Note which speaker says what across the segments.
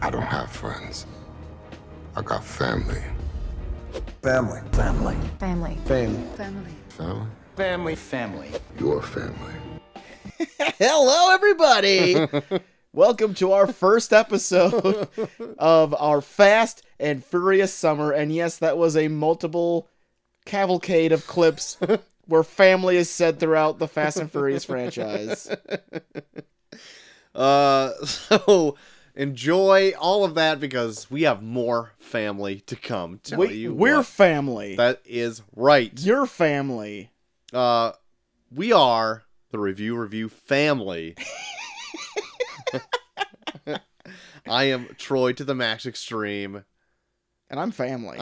Speaker 1: I don't have friends. I got family.
Speaker 2: Family. Family.
Speaker 3: Family.
Speaker 2: Fame.
Speaker 3: Family.
Speaker 1: Family?
Speaker 4: Family, family.
Speaker 1: Your family.
Speaker 5: Hello, everybody. Welcome to our first episode of our Fast and Furious Summer. And yes, that was a multiple cavalcade of clips where family is said throughout the Fast and Furious franchise.
Speaker 6: Uh, so enjoy all of that because we have more family to come. Tell
Speaker 5: We,
Speaker 6: you
Speaker 5: we're
Speaker 6: what.
Speaker 5: family.
Speaker 6: that is right.
Speaker 5: Your family.
Speaker 6: Uh, we are the review review family. I am Troy to the max extreme,
Speaker 5: And I'm family.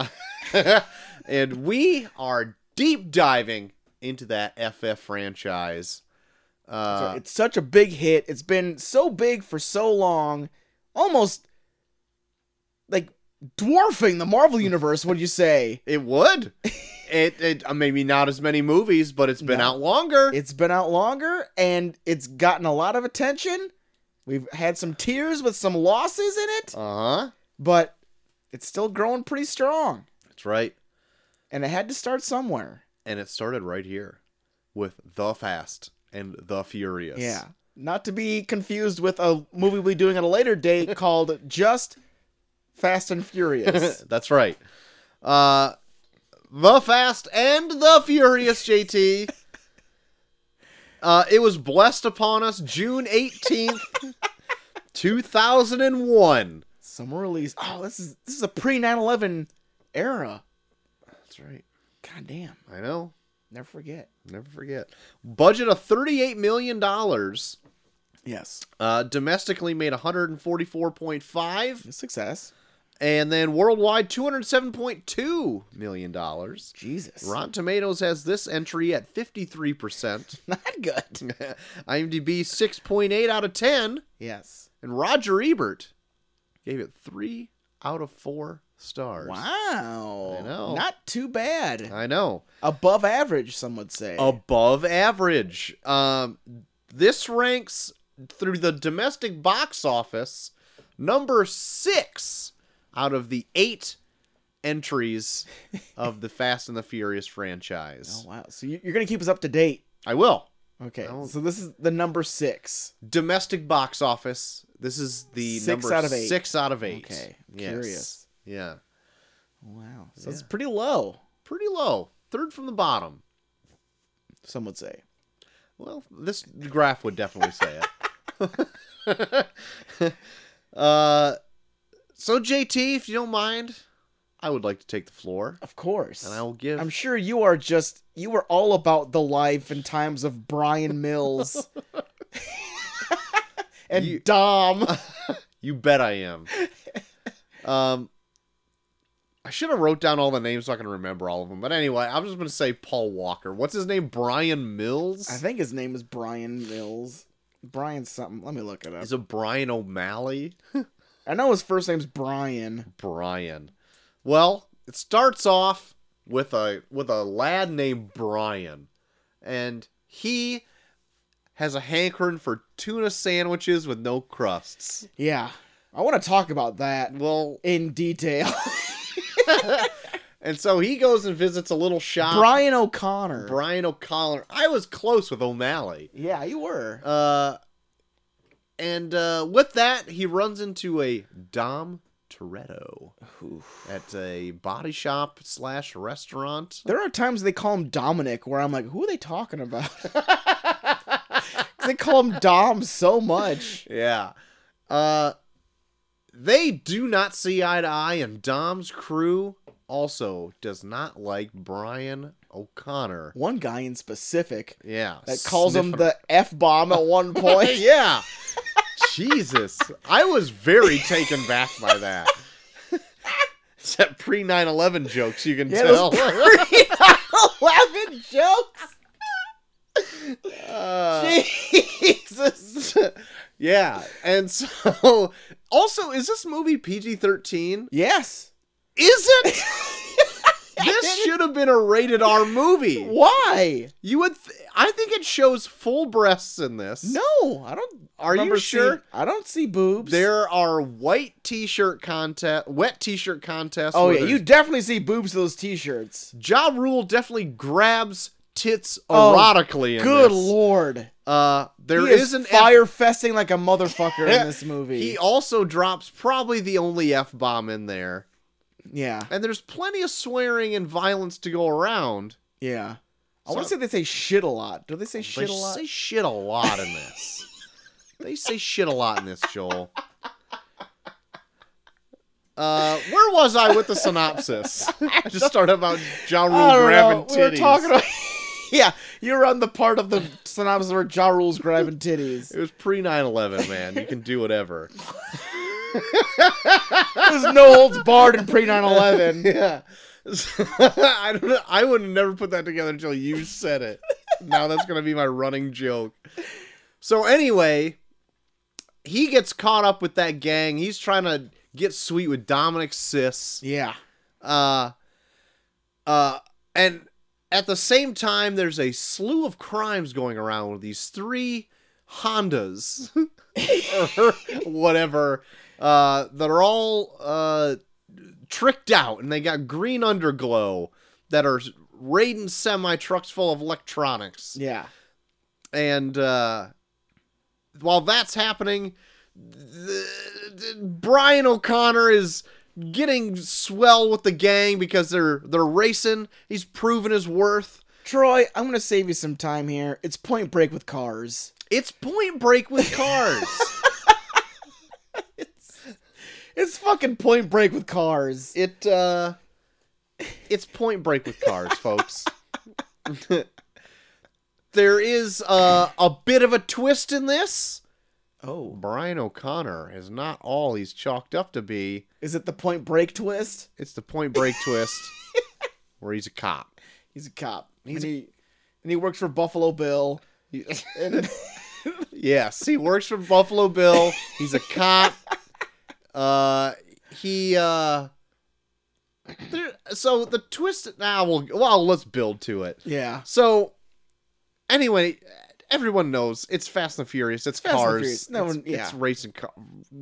Speaker 6: and we are deep diving into that FF franchise.
Speaker 5: So
Speaker 6: Uh,
Speaker 5: it's such a big hit. It's been so big for so long, almost like dwarfing the Marvel universe. Would you say?
Speaker 6: it would. It, it uh, maybe not as many movies, but it's been
Speaker 5: No.
Speaker 6: out longer.
Speaker 5: It's been out longer, and it's gotten a lot of attention. We've had some tears with some losses in it,
Speaker 6: Uh huh.
Speaker 5: but it's still growing pretty strong.
Speaker 6: That's right.
Speaker 5: And it had to start somewhere.
Speaker 6: And it started right here with The Fast and The Furious.
Speaker 5: Yeah. Not to be confused with a movie we'll be doing at a later date called Just Fast and Furious.
Speaker 6: That's right. Uh The Fast and the Furious JT. Uh it was blessed upon us June 18th, 2001.
Speaker 5: Summer release. Oh, this is this is a pre 9/11 era.
Speaker 6: That's right.
Speaker 5: God damn.
Speaker 6: I know.
Speaker 5: Never forget.
Speaker 6: Never forget. Budget of 38 million dollars.
Speaker 5: Yes.
Speaker 6: Uh domestically made 144.5
Speaker 5: Success.
Speaker 6: and then worldwide 207.2 million dollars.
Speaker 5: Jesus.
Speaker 6: Rotten Tomatoes has this entry at 53%.
Speaker 5: Not good.
Speaker 6: IMDb 6.8 out of 10.
Speaker 5: Yes.
Speaker 6: And Roger Ebert gave it 3 out of 4 stars.
Speaker 5: Wow.
Speaker 6: I know.
Speaker 5: Not too bad.
Speaker 6: I know.
Speaker 5: Uh, Above average, some would say.
Speaker 6: Above average. Um, this ranks through the domestic box office number 6 out of the 8 entries of the Fast and the Furious
Speaker 5: Oh,
Speaker 6: franchise.
Speaker 5: wow. So you- you're gonna keep us up to date.
Speaker 6: I will.
Speaker 5: Okay.
Speaker 6: I'll-
Speaker 5: So this is the number six.
Speaker 6: domestic box office. This is the
Speaker 5: Six
Speaker 6: number
Speaker 5: out of eight.
Speaker 6: Six out of eight.
Speaker 5: Okay,
Speaker 6: Yes.
Speaker 5: curious.
Speaker 6: Yeah.
Speaker 5: Wow. So it's pretty low.
Speaker 6: Pretty low. Third from the bottom.
Speaker 5: Some would say.
Speaker 6: Well, this graph would definitely say it. uh, so JT, if you don't mind, I would like to take the floor,
Speaker 5: Of course.
Speaker 6: and I will give.
Speaker 5: I'm sure you are just you were all about the life and times of Brian Mills and
Speaker 6: You-
Speaker 5: Dom.
Speaker 6: you bet I am. um, I should have wrote down all the names so I can remember all of them. But anyway, I'm just gonna say Paul Walker. What's his name? Brian Mills.
Speaker 5: I think his name is Brian Mills. Brian something. Let me look it up.
Speaker 6: Is it Brian O'Malley?
Speaker 5: I know his first name's Brian.
Speaker 6: Brian. Well, it starts off with a with a lad named Brian, and he has a hankering for tuna sandwiches with no crusts.
Speaker 5: Yeah. I want to talk about that
Speaker 6: Well,
Speaker 5: in detail.
Speaker 6: and so he goes and visits a little shop.
Speaker 5: Brian O'Connor.
Speaker 6: Brian O'Connor. I was close with O'Malley.
Speaker 5: yeah, you were.
Speaker 6: Uh, and uh, with that, he runs into a Dom Toretto at a body shop slash restaurant.
Speaker 5: There are times they call him Dominic where I'm like, who are they talking about? 'Cause they call him Dom so much.
Speaker 6: Yeah. Uh they do not see eye to eye and Dom's crew also does not like Brian O'Connor.
Speaker 5: One guy in specific
Speaker 6: Yeah.
Speaker 5: that calls him
Speaker 6: sniffing-
Speaker 5: the F bomb at one point.
Speaker 6: Yeah. Jesus. I was very taken back by that. It's that pre 9 11 jokes you can
Speaker 5: Yeah,
Speaker 6: tell.
Speaker 5: those Laughing jokes.
Speaker 6: Uh,
Speaker 5: Jesus.
Speaker 6: yeah. And so also is this movie PG 13?
Speaker 5: Yes.
Speaker 6: Is it? this should have been a rated R movie.
Speaker 5: Why?
Speaker 6: You would. Th- I think it shows full breasts in this.
Speaker 5: No, I don't.
Speaker 6: Are you
Speaker 5: remember
Speaker 6: sure?
Speaker 5: seeing- I don't see boobs.
Speaker 6: There are white T-shirt contest, wet T-shirt contests.
Speaker 5: Oh
Speaker 6: where
Speaker 5: yeah, you
Speaker 6: there's-
Speaker 5: definitely see boobs in those t-shirts.
Speaker 6: Ja Rule definitely grabs tits
Speaker 5: Oh,
Speaker 6: erotically. in
Speaker 5: Good
Speaker 6: this.
Speaker 5: lord,
Speaker 6: Uh, there
Speaker 5: he is,
Speaker 6: is an F-
Speaker 5: fire festing like a motherfucker in this movie.
Speaker 6: He also drops probably the only f bomb in there,
Speaker 5: yeah,
Speaker 6: and there's plenty of swearing and violence to go around.
Speaker 5: yeah. I
Speaker 6: So-
Speaker 5: want to say they say shit a lot. Do they say
Speaker 6: They
Speaker 5: shit a lot?
Speaker 6: say shit a lot in this. they say shit a lot in this, Joel. Uh, where was I with the synopsis? I just started about Ja Rule
Speaker 5: I don't
Speaker 6: grabbing
Speaker 5: know.
Speaker 6: titties.
Speaker 5: We were talking about. yeah, you're on the part of the synopsis where Ja Rule's grabbing titties.
Speaker 6: It was pre 9 11, man. You can do whatever.
Speaker 5: There's no holds barred in pre 9 11.
Speaker 6: yeah. I don't know. I would have never put that together until you said it. now that's going to be my running joke. So, anyway, he gets caught up with that gang. He's trying to get sweet with Dominic's sis.
Speaker 5: Yeah.
Speaker 6: Uh, uh, and at the same time, there's a slew of crimes going around with these three Hondas or whatever uh, that are all uh, tricked out, and they got green underglow that are raiding semi trucks full of electronics.
Speaker 5: Yeah.
Speaker 6: And uh, while that's happening, th- th- Brian O'Connor is getting swell with the gang because they're they're racing. He's proven his worth.
Speaker 5: Troy, I'm going to save you some time here. It's point break with cars.
Speaker 6: It's Point Break with cars.
Speaker 5: It's fucking point break with cars.
Speaker 6: it uh, it's Point Break with cars, folks. there is uh, a bit of a twist in this.
Speaker 5: Oh.
Speaker 6: Brian O'Connor is not all he's chalked up to be.
Speaker 5: Is it the point break twist?
Speaker 6: It's the Point Break twist, where he's a cop.
Speaker 5: He's a cop.
Speaker 6: He's
Speaker 5: and, he, and he works for Buffalo Bill. And-
Speaker 6: Yes, he works for Buffalo Bill. He's a cop. Uh, he uh, there, so the twist now. we'll well, let's build to it.
Speaker 5: yeah.
Speaker 6: So anyway, everyone knows it's Fast and Furious. It's
Speaker 5: Fast and
Speaker 6: cars.
Speaker 5: Furious. No
Speaker 6: it's,
Speaker 5: one- yeah.
Speaker 6: it's racing car,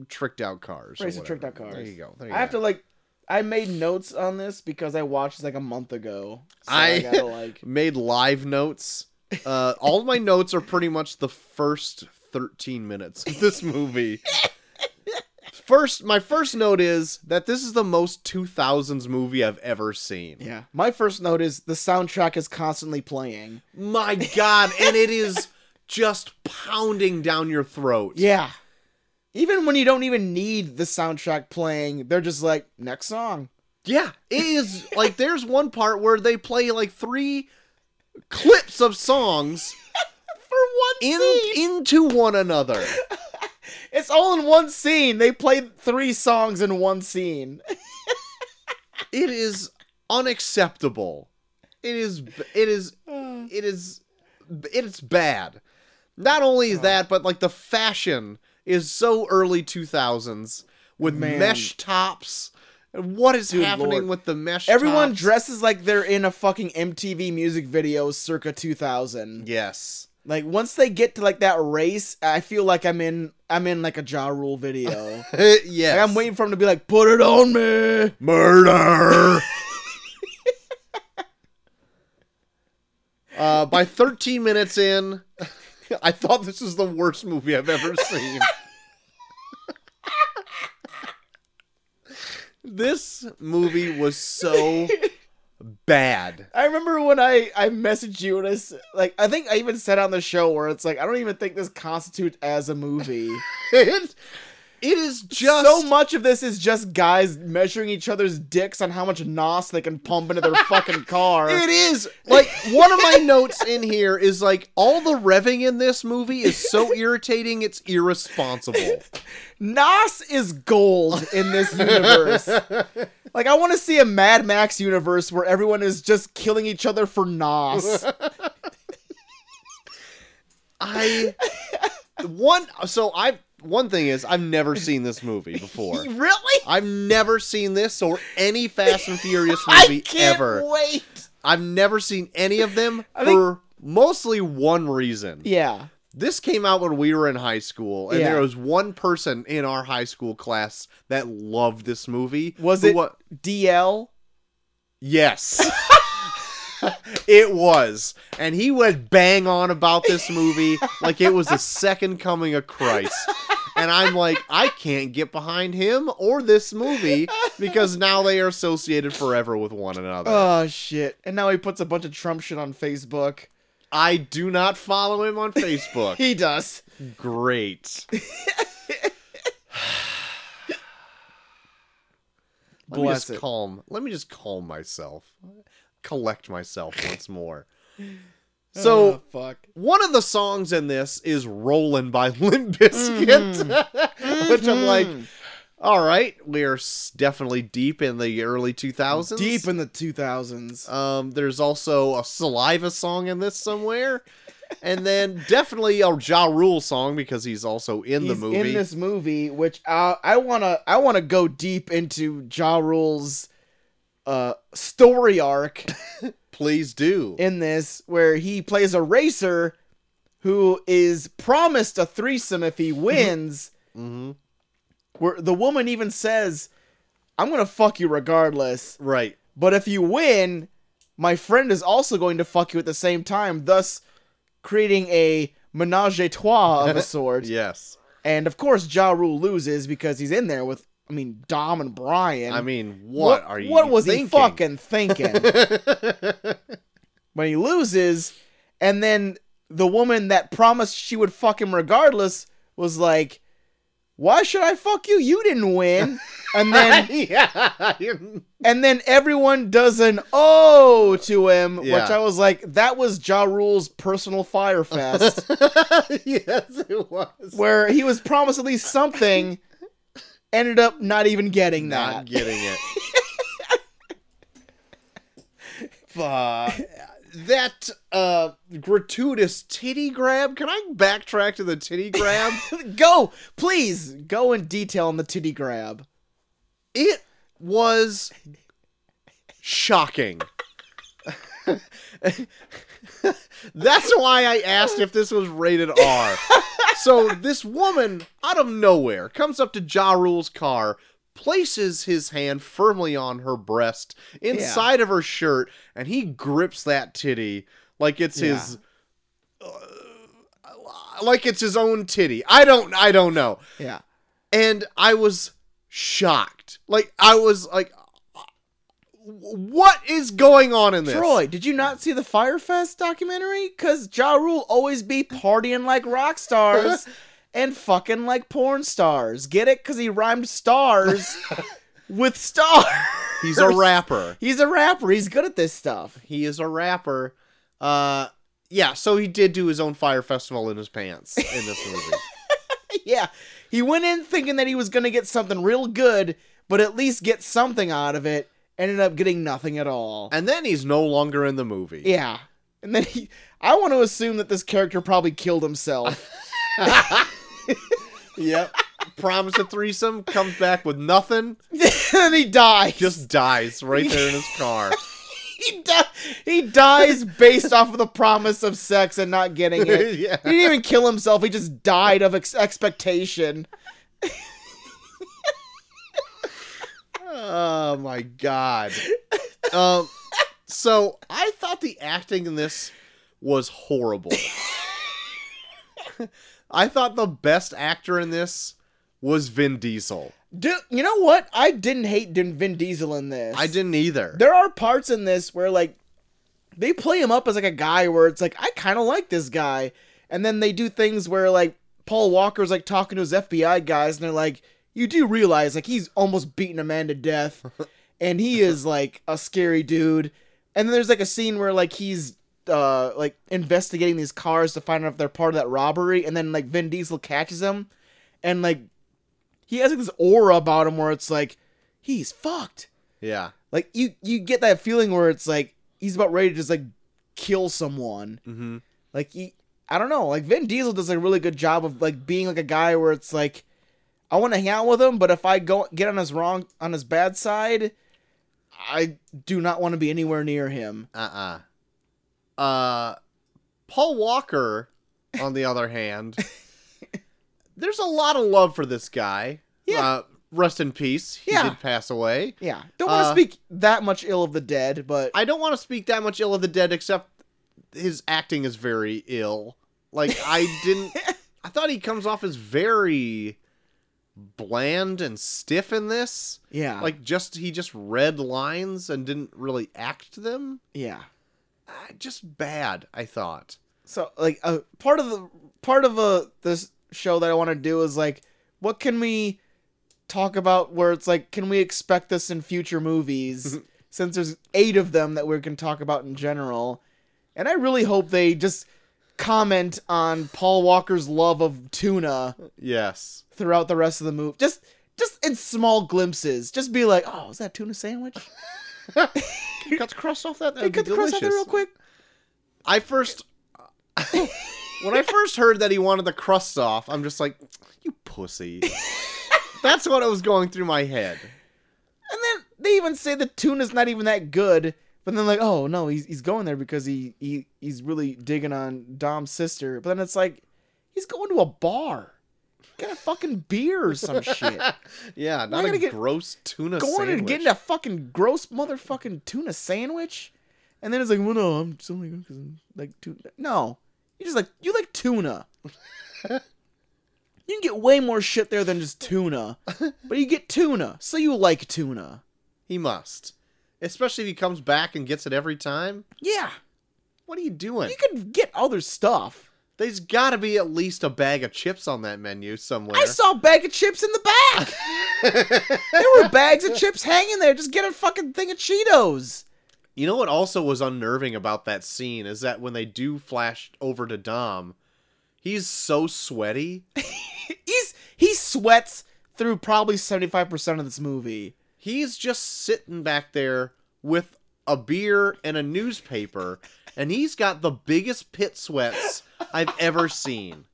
Speaker 6: tricked out cars. or
Speaker 5: Racing tricked
Speaker 6: whatever.
Speaker 5: out cars.
Speaker 6: There you go. There you
Speaker 5: I have
Speaker 6: go.
Speaker 5: to, like, I made notes on this because I watched this like a month ago. So
Speaker 6: I-
Speaker 5: I gotta, like.
Speaker 6: made live notes. Uh, all of my notes are pretty much the first 13 minutes of this movie. First, my first note is that this is the most 2000s movie I've ever seen.
Speaker 5: Yeah. My first note is the soundtrack is constantly playing.
Speaker 6: My God, and it is just pounding down your throat.
Speaker 5: Yeah. Even when you don't even need the soundtrack playing, they're just like, next song.
Speaker 6: Yeah, it is like there's one part where they play like three clips of songs
Speaker 5: For one
Speaker 6: in into one another.
Speaker 5: It's all in one scene. They play three songs in one scene.
Speaker 6: It is unacceptable. It is b- it is
Speaker 5: oh,
Speaker 6: it is it's bad. Not only
Speaker 5: Oh.
Speaker 6: that, but like the fashion is so early 2000s with
Speaker 5: Man.
Speaker 6: mesh tops. And What is
Speaker 5: Dude,
Speaker 6: happening
Speaker 5: Lord.
Speaker 6: with the mesh
Speaker 5: Everyone
Speaker 6: tops?
Speaker 5: dresses like they're in a fucking MTV music video circa 2000.
Speaker 6: Yes.
Speaker 5: Like once they get to like that race, I feel like I'm in I'm in like a Ja Rule video.
Speaker 6: yes.
Speaker 5: Like I'm waiting for him to be like, "Put it on me."
Speaker 6: Murder. uh, by 13 minutes in, I thought this was the worst movie I've ever seen. this movie was so bad.
Speaker 5: I remember when I I messaged you and I s- like I think I even said on the show where it's like I don't even think this constitutes as a movie.
Speaker 6: It, it is just
Speaker 5: so much of this is just guys measuring each other's dicks on how much nos they can pump into their fucking car.
Speaker 6: It is like one of my notes in here is like all the revving in this movie is so irritating it's irresponsible.
Speaker 5: Nos is gold in this universe. like I want to see a Mad Max universe where everyone is just killing each other for nos.
Speaker 6: I one so I one thing is I've never seen this movie before.
Speaker 5: Really?
Speaker 6: I've never seen this or any Fast and Furious
Speaker 5: I
Speaker 6: movie
Speaker 5: can't
Speaker 6: ever.
Speaker 5: wait.
Speaker 6: I've never seen any of them
Speaker 5: I think-
Speaker 6: for mostly one reason.
Speaker 5: Yeah.
Speaker 6: This came out when we were in high school, and
Speaker 5: Yeah.
Speaker 6: there was one person in our high school class that loved this movie.
Speaker 5: Was
Speaker 6: who
Speaker 5: it
Speaker 6: wa-
Speaker 5: DL?
Speaker 6: Yes. it was. And he went bang on about this movie like it was the second coming of Christ. And I'm like, I can't get behind him or this movie because now they are associated forever with one another.
Speaker 5: Oh shit! And now he puts a bunch of Trump shit on Facebook.
Speaker 6: I do not follow him on Facebook.
Speaker 5: He does.
Speaker 6: Great. Let me
Speaker 5: Bless
Speaker 6: just
Speaker 5: it.
Speaker 6: calm. Let me just calm myself. Collect myself once more. So
Speaker 5: Oh, fuck.
Speaker 6: one of the songs in this is "Rollin'" by Limp Bizkit,
Speaker 5: Mm-hmm.
Speaker 6: which I'm like, all right, we're s- definitely deep in the early 2000s.
Speaker 5: Deep in the two thousands. uh,
Speaker 6: Um, there's also a Saliva song in this somewhere, and then definitely a Ja Rule song because he's also in the movie.
Speaker 5: in this movie, which I I wanna I wanna go deep into Ja Rule's uh story arc
Speaker 6: Please do.
Speaker 5: in this, where he plays a racer who is promised a threesome if
Speaker 6: Mm-hmm.
Speaker 5: he wins.
Speaker 6: Mhm.
Speaker 5: Where the woman even says, "I'm gonna fuck you regardless."
Speaker 6: Right.
Speaker 5: But if you win, my friend is also going to fuck you at the same time, thus creating a menage a trois of a sort.
Speaker 6: Yes.
Speaker 5: And of course, Ja Rule loses because he's in there with, I mean, Dom and Brian.
Speaker 6: I mean, what, are you?
Speaker 5: What was he
Speaker 6: thinking?
Speaker 5: fucking thinking when he loses? And then the woman that promised she would fuck him regardless was like, "Why should I fuck you? You didn't win." And then
Speaker 6: yeah.
Speaker 5: And then everyone does an oh to him,
Speaker 6: Yeah.
Speaker 5: which I was like, that was Ja Rule's personal fire fest,
Speaker 6: yes, it was.
Speaker 5: where he was promised at least something, ended up not even getting
Speaker 6: Not
Speaker 5: that.
Speaker 6: getting it. Fuck. That uh, gratuitous titty grab. Can I backtrack to the titty grab?
Speaker 5: go, please, go in detail on the titty grab.
Speaker 6: it was shocking. That's why I asked if this was rated R. So this woman, out of nowhere, comes up to Ja Rule's car, places his hand firmly on her breast, inside of her shirt, and he grips that titty like it's his uh, like it's his own titty. I don't I don't know
Speaker 5: Yeah.
Speaker 6: and I was shocked. Like I was like, what is going on in this?
Speaker 5: Troy, did you not see the Firefest documentary? Because Ja Rule always be partying like rock stars and fucking like porn stars. Get it? Because he rhymed stars with stars.
Speaker 6: he's a rapper.
Speaker 5: He's a rapper. He's good at this stuff.
Speaker 6: He is a rapper. Uh, yeah. So he did do his own fire festival in his pants in this movie.
Speaker 5: yeah. He went in thinking that he was going to get something real good, but at least get something out of it. Ended up getting nothing at all.
Speaker 6: and then he's no longer in the movie.
Speaker 5: yeah. And then he. I want to assume that this character probably killed himself.
Speaker 6: Yep. Promise a threesome, comes back with nothing,
Speaker 5: and he dies.
Speaker 6: just dies right there in his car.
Speaker 5: he, di- he dies based off of the promise of sex and not getting it.
Speaker 6: yeah.
Speaker 5: He didn't even kill himself. He just died of ex- expectation.
Speaker 6: Oh my god. um so I thought the acting in this was horrible. I thought the best actor in this was Vin Diesel.
Speaker 5: Dude, you know what? I didn't hate Din- Vin Diesel in this.
Speaker 6: I didn't either.
Speaker 5: There are parts in this where like they play him up as like a guy where it's like I kind of like this guy, and then they do things where like Paul Walker's like talking to his FBI guys, and they're like, "You do realize like he's almost beaten a man to death, and he is like a scary dude." And then there's like a scene where like he's uh like investigating these cars to find out if they're part of that robbery, and then like Vin Diesel catches him, and like he has like this aura about him where it's like he's fucked
Speaker 6: yeah.
Speaker 5: like you you get that feeling where it's like he's about ready to just like kill someone
Speaker 6: Mm-hmm.
Speaker 5: like he I don't know. Like Vin Diesel does a really good job of like being like a guy where it's like I want to hang out with him, but if I go get on his wrong on his bad side, I do not want to be anywhere near him.
Speaker 6: Uh uh Uh, Paul Walker, on the other hand, there's a lot of love for this guy.
Speaker 5: Yeah.
Speaker 6: Uh, rest in peace. He
Speaker 5: Yeah.
Speaker 6: did pass away.
Speaker 5: Yeah. Don't want to
Speaker 6: Uh,
Speaker 5: speak that much ill of the dead, but
Speaker 6: I don't want to speak that much ill of the dead, except his acting is very ill. Like I didn't. I thought he comes off as very bland and stiff in this.
Speaker 5: yeah.
Speaker 6: Like just he just read lines and didn't really act them.
Speaker 5: yeah.
Speaker 6: Uh, Just bad, I thought.
Speaker 5: so like a part of the part of uh this show that I want to do is like what can we talk about where it's like can we expect this in future movies since there's eight of them that we can talk about in general and I really hope they just comment on Paul Walker's love of tuna
Speaker 6: Yes.
Speaker 5: throughout the rest of the movie just just in small glimpses just be like oh is that tuna sandwich
Speaker 6: cut the crust off that.
Speaker 5: Hey,
Speaker 6: That'd
Speaker 5: cut
Speaker 6: be
Speaker 5: the crust out there
Speaker 6: delicious.
Speaker 5: real quick
Speaker 6: I first. when I first heard that he wanted the crust off, I'm just like, you pussy. That's what was going through my head.
Speaker 5: And then they even say the tuna's not even that good. But then like, oh no, he's he's going there because he, he he's really digging on Dom's sister. But then it's like, he's going to a bar, get a fucking beer or some shit.
Speaker 6: yeah, not
Speaker 5: gonna
Speaker 6: a
Speaker 5: get-
Speaker 6: gross tuna
Speaker 5: going
Speaker 6: sandwich.
Speaker 5: and getting a fucking gross motherfucking tuna sandwich. And then it's like, well, no, I'm just only because like tuna. No, you just like you like tuna. you can get way more shit there than just tuna, but you get tuna, so you like tuna.
Speaker 6: he must, especially if he comes back and gets it every time.
Speaker 5: Yeah.
Speaker 6: What are you doing?
Speaker 5: You could get other stuff.
Speaker 6: There's got to be at least a bag of chips on that menu somewhere.
Speaker 5: I saw a bag of chips in the back. there were bags of chips hanging there. Just get a fucking thing of Cheetos.
Speaker 6: You know what also was unnerving about that scene is that when they do flash over to Dom, he's so sweaty.
Speaker 5: He's he sweats through probably seventy five percent of this movie.
Speaker 6: He's just sitting back there with a beer and a newspaper, and he's got the biggest pit sweats I've ever seen.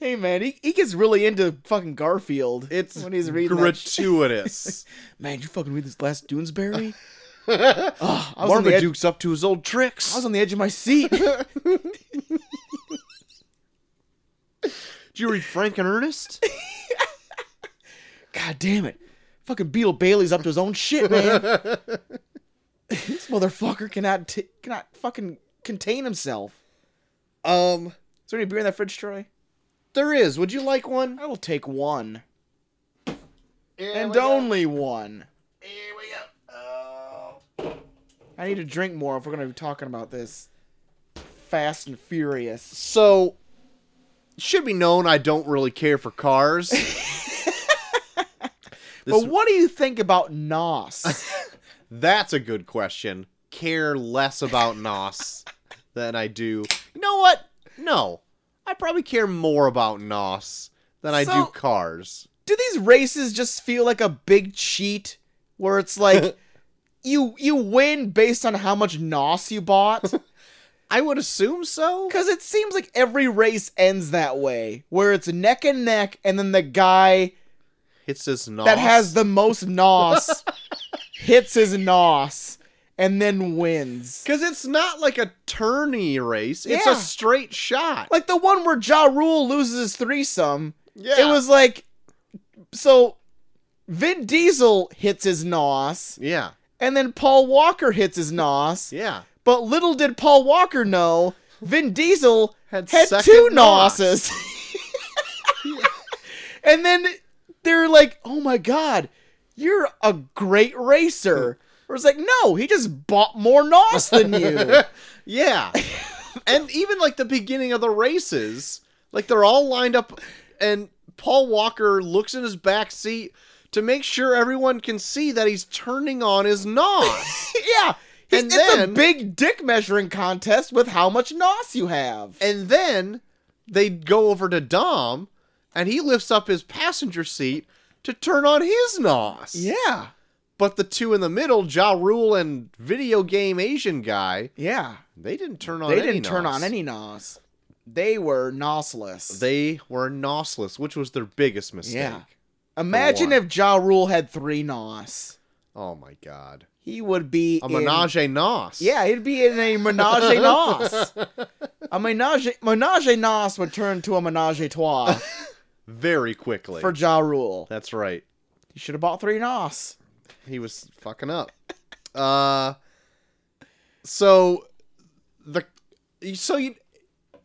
Speaker 5: Hey man, he, he gets really into fucking Garfield.
Speaker 6: It's
Speaker 5: when he's reading. that sh-
Speaker 6: gratuitous.
Speaker 5: man, you fucking read this last Doonesbury? Ugh, I was on the edge,
Speaker 6: Marmaduke's up to his old tricks.
Speaker 5: I was on the edge of my seat.
Speaker 6: Did you read Frank and Ernest?
Speaker 5: God damn it. Fucking Beetle Bailey's up to his own shit, man. this motherfucker cannot t- cannot fucking contain himself.
Speaker 6: um,
Speaker 5: Is there any beer in that fridge, Troy?
Speaker 6: there is. Would you like one?
Speaker 5: I will take one. and only one. I need to drink more if we're going to be talking about this. Fast and Furious.
Speaker 6: So, should be known I don't really care for cars. This-
Speaker 5: But what do you think about Nos?
Speaker 6: That's a good question. Care less about Nos than I do. You know what? No. I probably care more about Nos than I
Speaker 5: So-
Speaker 6: do cars.
Speaker 5: do these races just feel like a big cheat where it's like you you win based on how much nos you bought
Speaker 6: I would assume so.
Speaker 5: because it seems like every race ends that way where it's neck and neck and then the guy
Speaker 6: It's this Nos.
Speaker 5: that has the most nos hits his nos and then wins
Speaker 6: Because it's not like a tourney race. It's
Speaker 5: Yeah.
Speaker 6: a straight shot.
Speaker 5: like the one where Ja Rule loses his threesome
Speaker 6: yeah.
Speaker 5: it was like so Vin Diesel hits his nos
Speaker 6: Yeah.
Speaker 5: and then Paul Walker hits his nos
Speaker 6: Yeah.
Speaker 5: But little did Paul Walker know, Vin Diesel
Speaker 6: Had,
Speaker 5: had
Speaker 6: second
Speaker 5: two
Speaker 6: Nos.
Speaker 5: nosses. and then they're like, "Oh my god, you're a great racer." Or it's like, "No, he just bought more nos than you."
Speaker 6: Yeah. and even like the beginning of the races, like they're all lined up and Paul Walker looks in his back seat to make sure everyone can see that he's turning on his nos.
Speaker 5: yeah. he-
Speaker 6: And
Speaker 5: it's a
Speaker 6: then-
Speaker 5: big dick measuring contest with how much nos you have.
Speaker 6: and then they go over to Dom and he lifts up his passenger seat to turn on his nos.
Speaker 5: yeah.
Speaker 6: But the two in the middle, Ja Rule and video game Asian guy,
Speaker 5: Yeah.
Speaker 6: they didn't turn on
Speaker 5: They
Speaker 6: any
Speaker 5: didn't turn
Speaker 6: nos.
Speaker 5: on any nos. They were nauseless.
Speaker 6: They were nauseless, which was their biggest mistake.
Speaker 5: Yeah. Imagine
Speaker 6: one.
Speaker 5: if Ja Rule had three nos.
Speaker 6: Oh my god.
Speaker 5: He would be
Speaker 6: A
Speaker 5: in-
Speaker 6: menage a nos.
Speaker 5: Yeah, he'd be in a menage a nos. A menage menage a nos would turn to a menage a trois
Speaker 6: Very quickly.
Speaker 5: for Ja Rule.
Speaker 6: That's right.
Speaker 5: You should have bought three nos.
Speaker 6: He was fucking up. Uh so the so you uh,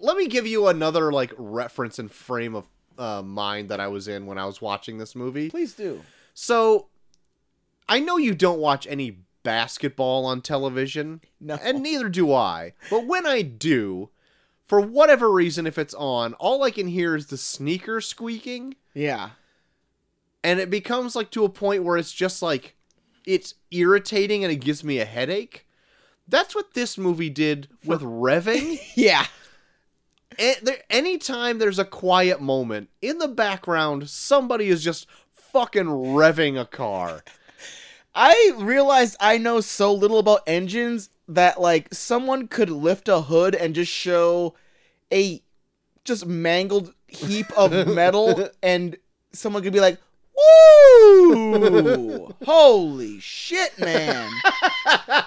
Speaker 6: let me give you another like reference and frame of uh, mind that I was in when I was watching this movie.
Speaker 5: Please do.
Speaker 6: So I know you don't watch any basketball on television,
Speaker 5: No.
Speaker 6: and neither do I. But when I do, for whatever reason, if it's on, all I can hear is the sneaker squeaking,
Speaker 5: Yeah.
Speaker 6: and it becomes like to a point where it's just like it's irritating and it gives me a headache. That's what this movie did with revving.
Speaker 5: Yeah.
Speaker 6: A- there, anytime there's a quiet moment in the background, somebody is just fucking revving a car.
Speaker 5: I realized I know so little about engines that like someone could lift a hood and just show a just mangled heap of metal and someone could be like, Woo! Holy shit, man.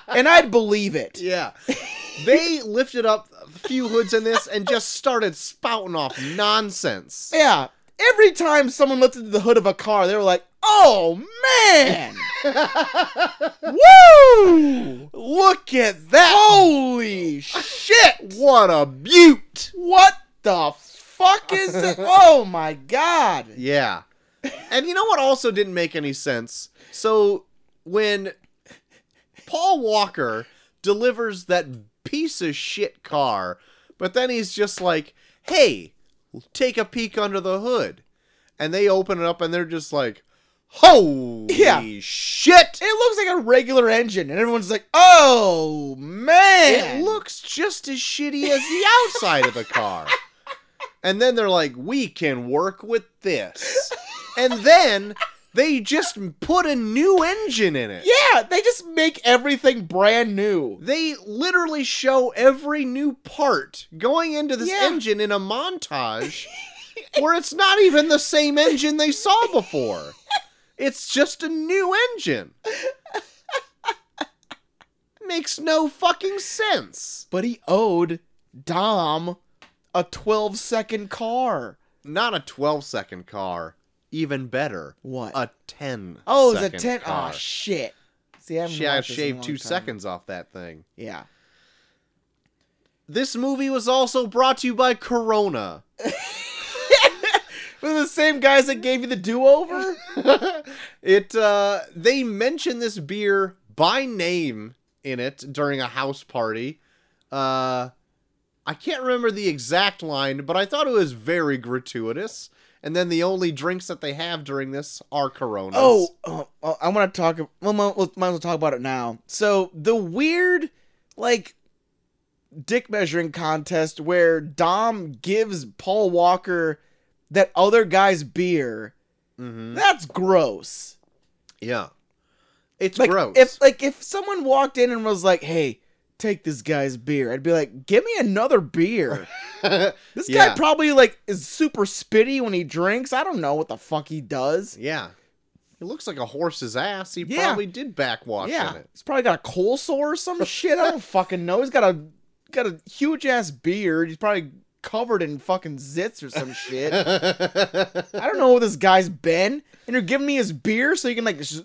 Speaker 5: and I'd believe it.
Speaker 6: Yeah. They lifted up a few hoods in this and just started spouting off nonsense.
Speaker 5: Yeah. Every time someone lifted the hood of a car, they were like, oh man! Woo!
Speaker 6: Look at that.
Speaker 5: Holy shit!
Speaker 6: What a butte.
Speaker 5: What the fuck is it? Oh my god!
Speaker 6: Yeah. And you know what also didn't make any sense? So when Paul Walker delivers that piece of shit car, but then he's just like, "Hey, take a peek under the hood." And they open it up and they're just like, "Holy
Speaker 5: Yeah.
Speaker 6: shit."
Speaker 5: It looks like a regular engine, and everyone's like, "Oh man!"
Speaker 6: It looks just as shitty as the outside of the car. And then they're like, we can work with this. And then they just put a new engine in it.
Speaker 5: yeah, they just make everything brand new.
Speaker 6: They literally show every new part going into this
Speaker 5: Yeah.
Speaker 6: engine in a montage where it's not even the same engine they saw before. It's just a new engine. Makes no fucking sense.
Speaker 5: But he owed Dom a 12 second car.
Speaker 6: not a 12 second car even better
Speaker 5: What?
Speaker 6: a 10
Speaker 5: oh, it's a
Speaker 6: second
Speaker 5: 10.
Speaker 6: car.
Speaker 5: Oh shit! See, I haven't
Speaker 6: she had
Speaker 5: watched this in a
Speaker 6: shaved
Speaker 5: long
Speaker 6: two
Speaker 5: time.
Speaker 6: seconds off that thing
Speaker 5: Yeah.
Speaker 6: this movie was also brought to you by corona
Speaker 5: They're the same guys that gave you the do over?
Speaker 6: it uh they mention this beer by name in it during a house party uh i can't remember the exact line but i thought it was very gratuitous and then the only drinks that they have during this are coronas
Speaker 5: Oh, oh, oh, I want to talk. Well, might, well, might as well talk about it now. So the weird, like, dick measuring contest where Dom gives Paul Walker that other guy's beer.
Speaker 6: Mhm.
Speaker 5: That's gross.
Speaker 6: yeah it's
Speaker 5: Like,
Speaker 6: gross
Speaker 5: If like if someone walked in and was like, "Hey, take this guy's beer," I'd be like, "Give me another beer." This
Speaker 6: Yeah.
Speaker 5: guy probably like is super spitty when he drinks. I don't know what the fuck he does.
Speaker 6: Yeah. It looks like a horse's ass. He
Speaker 5: Yeah.
Speaker 6: probably did backwash
Speaker 5: yeah,
Speaker 6: in it.
Speaker 5: he's probably got a cold sore or some shit. I don't fucking know. He's got a got a huge ass beard. He's probably covered in fucking zits or some shit. I don't know where this guy's been, and you're giving me his beer so you can like sh-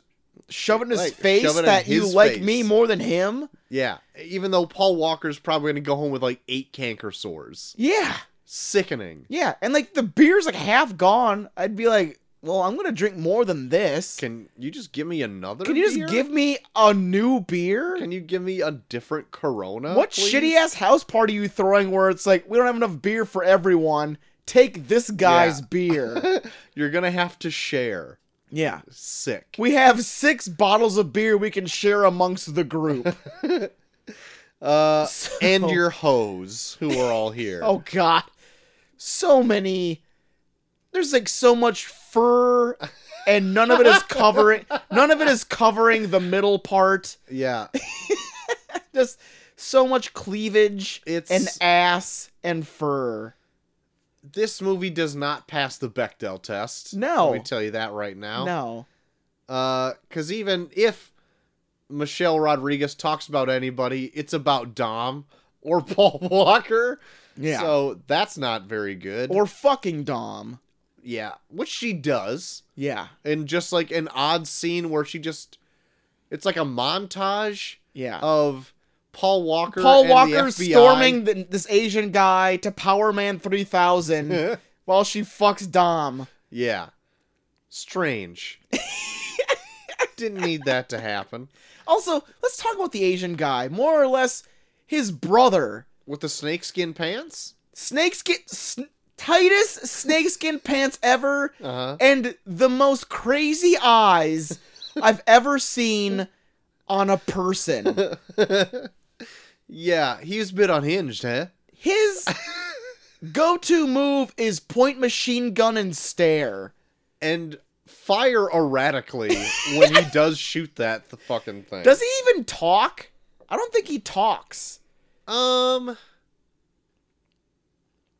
Speaker 5: shove it in his
Speaker 6: Like,
Speaker 5: face
Speaker 6: shove it in
Speaker 5: that you
Speaker 6: his
Speaker 5: like
Speaker 6: face.
Speaker 5: me more than him.
Speaker 6: yeah. Even though Paul Walker's probably going to go home with like eight canker sores.
Speaker 5: Yeah,
Speaker 6: Sickening.
Speaker 5: yeah, and like the beer's like half gone. I'd be like, well, I'm gonna drink more than this. Can,
Speaker 6: Can you just give me another
Speaker 5: you just
Speaker 6: beer?
Speaker 5: give me a new beer?
Speaker 6: Can you give me a different Corona?
Speaker 5: What
Speaker 6: Uh, please?
Speaker 5: shitty ass house party you throwing where it's like we don't have enough beer for everyone? Take this guy's
Speaker 6: Yeah.
Speaker 5: beer.
Speaker 6: You're going to have to share.
Speaker 5: yeah.
Speaker 6: Sick.
Speaker 5: We have six bottles of beer we can share amongst the group.
Speaker 6: Uh
Speaker 5: So-
Speaker 6: and your hoes who are all here.
Speaker 5: Oh god. So many there's like so much fur and none of it is covering none of it is covering the middle part.
Speaker 6: yeah.
Speaker 5: Just so much cleavage
Speaker 6: It's-
Speaker 5: and ass and fur.
Speaker 6: This movie does not pass the Bechdel test.
Speaker 5: No.
Speaker 6: Let me tell you that right now.
Speaker 5: No.
Speaker 6: because even if Michelle Rodriguez talks about anybody, it's about Dom or Paul Walker.
Speaker 5: Yeah.
Speaker 6: So that's not very good.
Speaker 5: Or fucking Dom.
Speaker 6: yeah, which she does,
Speaker 5: Yeah.
Speaker 6: and just like an odd scene where she just, it's like a montage
Speaker 5: Yeah.
Speaker 6: of Paul Walker, Uh,
Speaker 5: Paul
Speaker 6: and the
Speaker 5: Walker
Speaker 6: FBI.
Speaker 5: storming the, this Asian guy to Power Man 3000 while she fucks Dom.
Speaker 6: yeah, strange. Didn't need that to happen
Speaker 5: Also, let's talk about the Asian guy. More or less, his brother,
Speaker 6: with the snakeskin pants.
Speaker 5: snakeskin, sn- tightest snakeskin pants ever,
Speaker 6: Uh huh.
Speaker 5: and the most crazy eyes I've ever seen on a person.
Speaker 6: Yeah, he's a bit unhinged, huh?
Speaker 5: His go-to move is point machine gun and stare.
Speaker 6: and fire erratically when he does shoot that the fucking thing.
Speaker 5: Does he even talk? I don't think he talks.
Speaker 6: um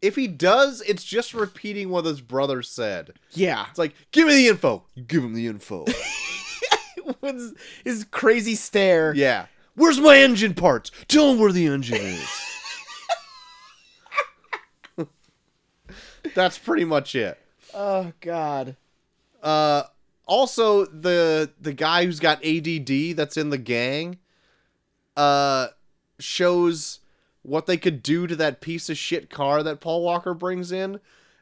Speaker 6: if he does, it's just repeating what his brother said.
Speaker 5: Yeah.
Speaker 6: It's like, give me the info. You give him the info.
Speaker 5: with his crazy stare.
Speaker 6: yeah. Where's my engine parts? Tell him where the engine is. That's pretty much it.
Speaker 5: Oh God.
Speaker 6: Uh, also the the guy who's got ADD that's in the gang, uh, shows what they could do to that piece of shit car that Paul Walker brings in,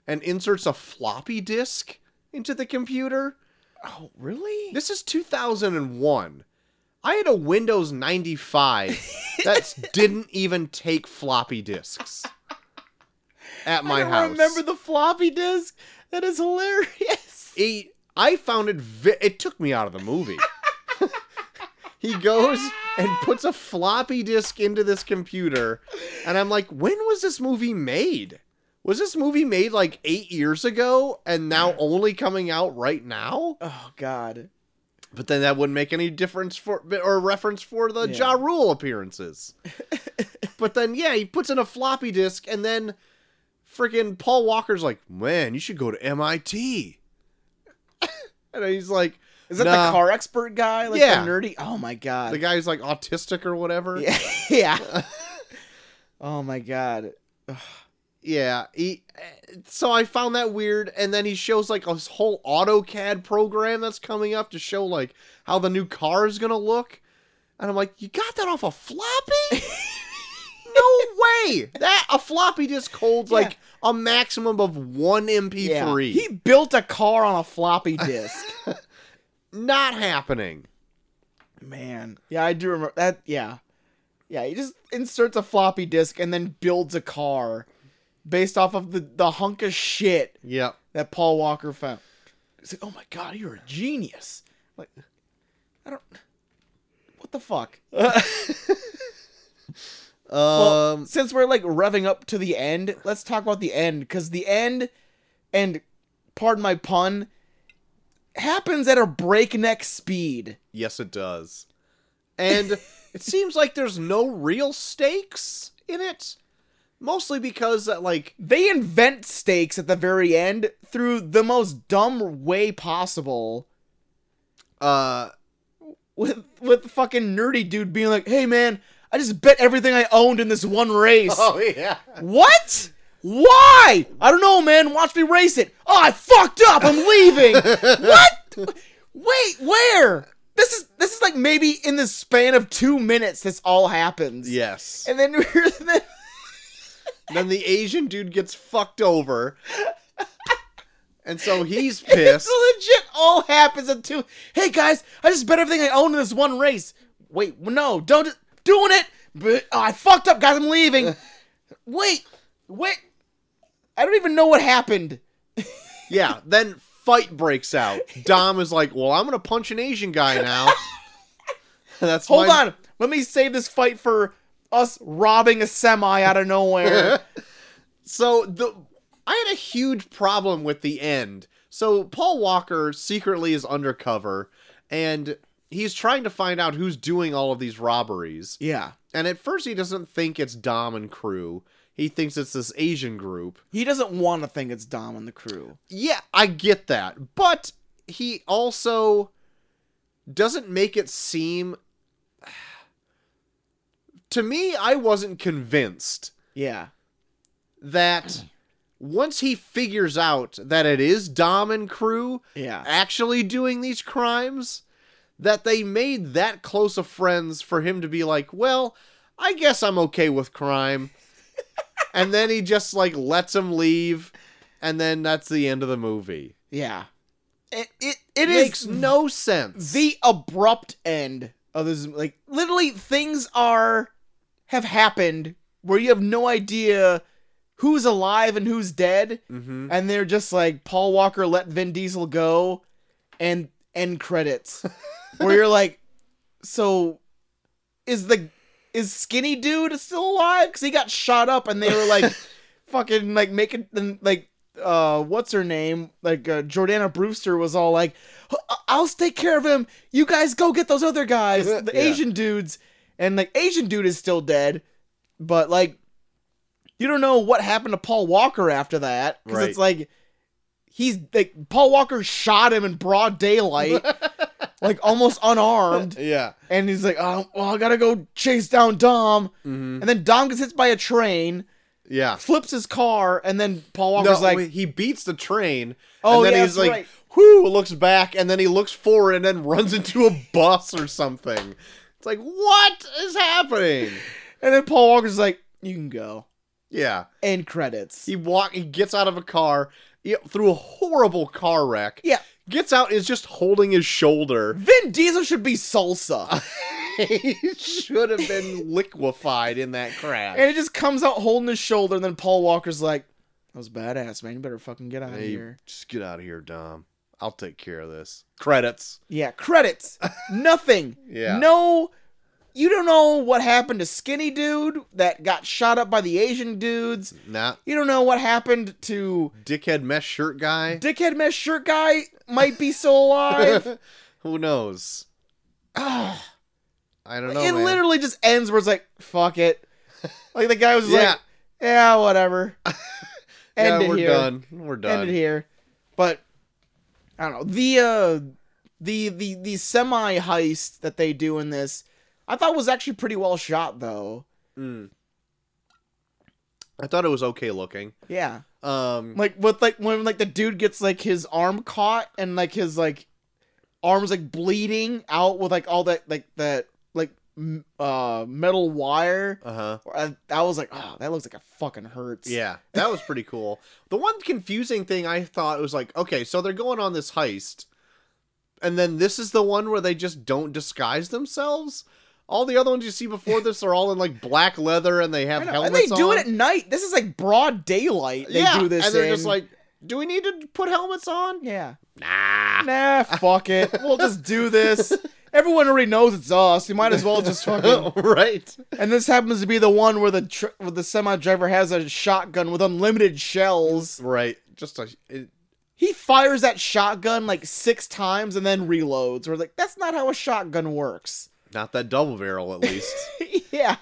Speaker 6: and inserts a floppy disk into the computer.
Speaker 5: Oh really?
Speaker 6: This is 2001. I had a Windows 95 that didn't even take floppy disks at my
Speaker 5: I don't
Speaker 6: house.
Speaker 5: remember the floppy disk. That is hilarious.
Speaker 6: it, I found it. Vi- it took me out of the movie. he goes and puts a floppy disk into this computer, and I'm like, when was this movie made? Was this movie made like eight years ago, and now only coming out right now?
Speaker 5: Oh God.
Speaker 6: But then that wouldn't make any difference for or reference for the
Speaker 5: Yeah.
Speaker 6: Ja Rule appearances. but then yeah, he puts in a floppy disk and then freaking Paul Walker's like, "Man, you should go to MIT." and he's like,
Speaker 5: Is that
Speaker 6: "Nah."
Speaker 5: the car expert guy? Like
Speaker 6: Yeah.
Speaker 5: the nerdy? Oh my God.
Speaker 6: The guy who's like autistic or whatever.
Speaker 5: Yeah. yeah. oh my God.
Speaker 6: Yeah, he, so I found that weird, and then he shows like a whole AutoCAD program that's coming up to show like how the new car is gonna look, and I'm like, you got that off a floppy? no way! That a floppy disk holds
Speaker 5: Yeah.
Speaker 6: like a maximum of one
Speaker 5: Yeah.
Speaker 6: MP3.
Speaker 5: He built a car on a floppy disk.
Speaker 6: Not happening.
Speaker 5: Man. Yeah, I do remember that. Yeah. Yeah, he just inserts a floppy disk and then builds a car based off of the, the hunk of shit
Speaker 6: Yep.
Speaker 5: that Paul Walker found. He's like, oh my god, you're a genius. Like, I don't. What the fuck?
Speaker 6: Um.
Speaker 5: Well, since we're like revving up to the end, let's talk about the end because the end, and pardon my pun, happens at a breakneck speed.
Speaker 6: Yes, it does. And it seems like there's no real stakes in it. Mostly because, uh, like,
Speaker 5: They invent stakes at the very end through the most dumb way possible.
Speaker 6: uh,
Speaker 5: With with fucking nerdy dude being like, "Hey man, I just bet everything I owned in this one race."
Speaker 6: yeah.
Speaker 5: What? Why? I don't know, man. Watch me race it. Oh, I fucked up. I'm leaving. what? Wait, where? This is this is like maybe in the span of two minutes this all happens.
Speaker 6: Yes.
Speaker 5: And then we're then,
Speaker 6: then the Asian dude gets fucked over. And so he's pissed.
Speaker 5: this legit all happens in two. Hey guys, I just bet everything I own in this one race. Wait, no, don't doing it. But oh, I fucked up, guys. I'm leaving. wait, wait. I don't even know what happened.
Speaker 6: Yeah. Then fight breaks out. Dom is like, well, I'm going to punch an Asian guy now. That's
Speaker 5: Hold
Speaker 6: my-
Speaker 5: on. Let me save this fight for us robbing a semi out of nowhere.
Speaker 6: So the I had a huge problem with the end. So Paul Walker secretly is undercover and he's trying to find out who's doing all of these robberies.
Speaker 5: Yeah.
Speaker 6: And at first, he doesn't think it's Dom and crew. He thinks it's this Asian group.
Speaker 5: He doesn't want to think it's Dom and the crew.
Speaker 6: Yeah, I get that. But he also doesn't make it seem. To me, I wasn't convinced
Speaker 5: Yeah.
Speaker 6: that once he figures out that it is Dom and crew
Speaker 5: Yeah.
Speaker 6: actually doing these crimes, that they made that close of friends for him to be like, well, I guess I'm okay with crime. and then he just like lets him leave, and then that's the end of the movie.
Speaker 5: Yeah. It it,
Speaker 6: It
Speaker 5: it is
Speaker 6: makes no sense.
Speaker 5: the abrupt end of this like literally things are have happened where you have no idea who's alive and who's dead
Speaker 6: Mhm.
Speaker 5: and they're just like Paul Walker let Vin Diesel go and end credits where you're like so is the is skinny dude still alive cuz he got shot up and they were like fucking like making and, like uh what's her name like uh, Jordana Brewster was all like "I- I'll take care of him you guys go get those other guys the
Speaker 6: Yeah.
Speaker 5: Asian dudes and like Asian dude is still dead but like you don't know what happened to Paul Walker after that because
Speaker 6: Right.
Speaker 5: it's like he's like Paul Walker shot him in broad daylight, like almost unarmed,
Speaker 6: yeah.
Speaker 5: and he's like, "Oh, well, I gotta go chase down Dom,"
Speaker 6: Mhm.
Speaker 5: and then Dom gets hit by a train,
Speaker 6: Yeah.
Speaker 5: flips his car, and then Paul
Speaker 6: No,
Speaker 5: Walker's like,
Speaker 6: he beats the train.
Speaker 5: Oh,
Speaker 6: and then
Speaker 5: yeah,
Speaker 6: he's
Speaker 5: that's
Speaker 6: like,
Speaker 5: right.
Speaker 6: whoo, looks back, and then he looks forward and then runs into a bus or something. It's like, what is happening?
Speaker 5: and then Paul Walker's like, "You can go."
Speaker 6: Yeah.
Speaker 5: End credits.
Speaker 6: He walk. He gets out of a car he- through a horrible car wreck.
Speaker 5: Yeah.
Speaker 6: Gets out and is just holding his shoulder.
Speaker 5: Vin Diesel should be salsa,
Speaker 6: he should have been liquefied in that crash.
Speaker 5: and it just comes out holding his shoulder, and then Paul Walker's like, "That was badass, man. You better fucking get out of
Speaker 6: Hey,
Speaker 5: here."
Speaker 6: just get out of here, Dom. I'll take care of this. Credits.
Speaker 5: Yeah, credits. Nothing.
Speaker 6: Yeah.
Speaker 5: No, you don't know what happened to Skinny Dude that got shot up by the Asian dudes.
Speaker 6: Nah.
Speaker 5: You don't know what happened to
Speaker 6: Dickhead mesh shirt guy.
Speaker 5: Dickhead Mesh Shirt Guy might be still alive.
Speaker 6: Who knows?
Speaker 5: Ah,
Speaker 6: I don't know.
Speaker 5: it
Speaker 6: man.
Speaker 5: literally just ends where it's like, fuck it. Like the guy was
Speaker 6: Yeah.
Speaker 5: like, yeah, whatever.
Speaker 6: yeah,
Speaker 5: End it
Speaker 6: we're
Speaker 5: here.
Speaker 6: done. We're done.
Speaker 5: End it here. But I don't know. The uh the the the semi heist that they do in this I thought was actually pretty well shot though.
Speaker 6: Mm. I thought it was okay looking.
Speaker 5: Yeah.
Speaker 6: Um,
Speaker 5: like with like when like the dude gets like his arm caught and like his like arms like bleeding out with like all that like that like m- uh metal wire
Speaker 6: uh huh.
Speaker 5: I, I was like oh that looks like it fucking hurts
Speaker 6: Yeah, that was pretty cool. The one confusing thing I thought was like, okay, so they're going on this heist, and then this is the one where they just don't disguise themselves. All the other ones you see before this are all in like black leather and they have
Speaker 5: I know. and
Speaker 6: helmets
Speaker 5: they do
Speaker 6: on.
Speaker 5: it at night this is like broad daylight they
Speaker 6: yeah,
Speaker 5: do this
Speaker 6: and they're
Speaker 5: in.
Speaker 6: just like, do we need to put helmets on?
Speaker 5: yeah
Speaker 6: Nah.
Speaker 5: nah fuck it we'll just do this everyone already knows it's us we might as well just fucking
Speaker 6: right.
Speaker 5: and this happens to be the one where the tr- where the semi driver has a shotgun with unlimited shells
Speaker 6: Right. Just a. It,
Speaker 5: he fires that shotgun like six times and then reloads. We're like, that's not how a shotgun works.
Speaker 6: not that double barrel, at least.
Speaker 5: yeah.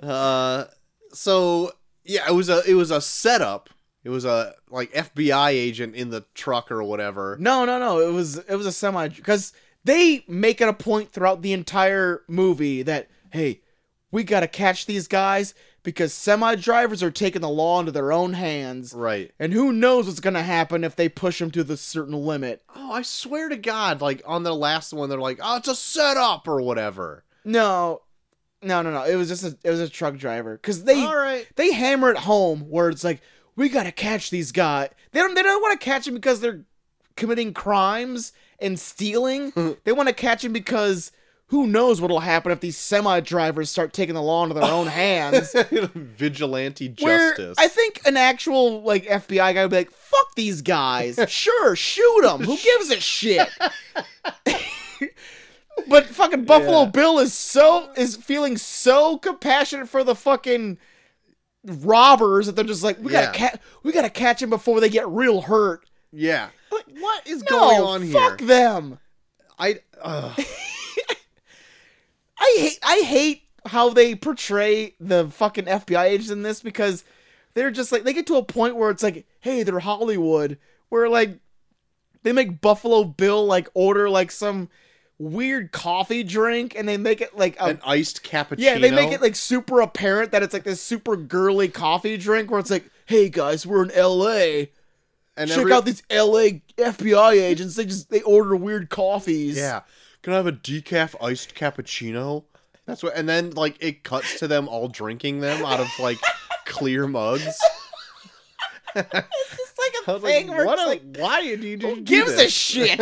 Speaker 6: Uh, so yeah, it was a it was a setup. It was a like FBI agent in the truck or whatever.
Speaker 5: No, no, no. It was it was a semi because they make it a point throughout the entire movie that hey, we gotta catch these guys because semi drivers are taking the law into their own hands,
Speaker 6: Right.
Speaker 5: and who knows what's gonna happen if they push them to the certain limit.
Speaker 6: Oh, I swear to God, like on the last one, they're like, "Oh, it's a setup" or whatever.
Speaker 5: No, no, no, no. It was just a it was a truck driver because they
Speaker 6: All right.
Speaker 5: they hammer it home where it's like we gotta catch these guys. They don't they don't want to catch them because they're committing crimes and stealing. they want to catch them because who knows what'll happen if these semi drivers start taking the law into their own hands.
Speaker 6: Vigilante
Speaker 5: Where
Speaker 6: justice.
Speaker 5: I think an actual like FBI guy would be like, "Fuck these guys! Sure, shoot them. Who gives a shit?" but fucking Buffalo
Speaker 6: Yeah.
Speaker 5: Bill is so is feeling so compassionate for the fucking robbers that they're just like, "We gotta
Speaker 6: Yeah.
Speaker 5: ca- we gotta catch them before they get real hurt."
Speaker 6: yeah.
Speaker 5: Like,
Speaker 6: What is
Speaker 5: no,
Speaker 6: going on
Speaker 5: fuck
Speaker 6: here?
Speaker 5: them.
Speaker 6: I. Uh,
Speaker 5: I hate I hate how they portray the fucking FBI agents in this because they're just like they get to a point where it's like, hey, they're Hollywood, where like they make Buffalo Bill like order like some weird coffee drink and they make it like a
Speaker 6: An iced cappuccino.
Speaker 5: yeah, they make it like super apparent that it's like this super girly coffee drink where it's like, hey guys, we're in LA.
Speaker 6: and
Speaker 5: Check
Speaker 6: every-
Speaker 5: out these LA FBI agents. They just they order weird coffees.
Speaker 6: Yeah. Can I have a decaf iced cappuccino? That's what and then like it cuts to them all drinking them out of like clear mugs.
Speaker 5: It's like
Speaker 6: I
Speaker 5: a
Speaker 6: was
Speaker 5: thing
Speaker 6: like,
Speaker 5: where
Speaker 6: what
Speaker 5: it's
Speaker 6: a,
Speaker 5: like
Speaker 6: why do you do,
Speaker 5: who
Speaker 6: do
Speaker 5: gives a
Speaker 6: this?
Speaker 5: shit?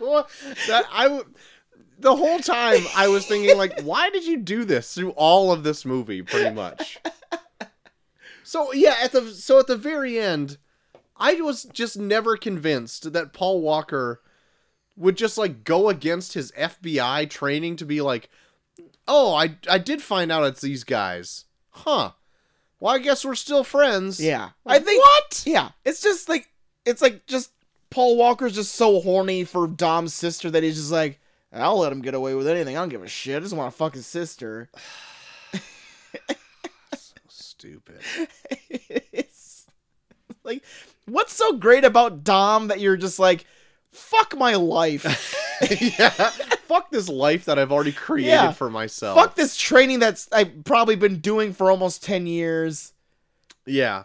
Speaker 6: Well, that I w- the whole time I was thinking like why did you do this through all of this movie pretty much. So yeah, at the so at the very end, I was just never convinced that Paul Walker would just like go against his FBI training to be like, "Oh, I I did find out it's these guys." Huh. Well, I guess we're still friends.
Speaker 5: yeah. I
Speaker 6: Like,
Speaker 5: think
Speaker 6: what?
Speaker 5: Yeah. It's just like it's like just Paul Walker's just so horny for Dom's sister that he's just like, I'll let him get away with anything. I don't give a shit. I just want to fuck his sister.
Speaker 6: Stupid.
Speaker 5: it's like what's so great about Dom that you're just like, fuck my life.
Speaker 6: yeah. Fuck this life that I've already created
Speaker 5: Yeah.
Speaker 6: for myself.
Speaker 5: fuck this training that's I've probably been doing for almost ten years.
Speaker 6: Yeah.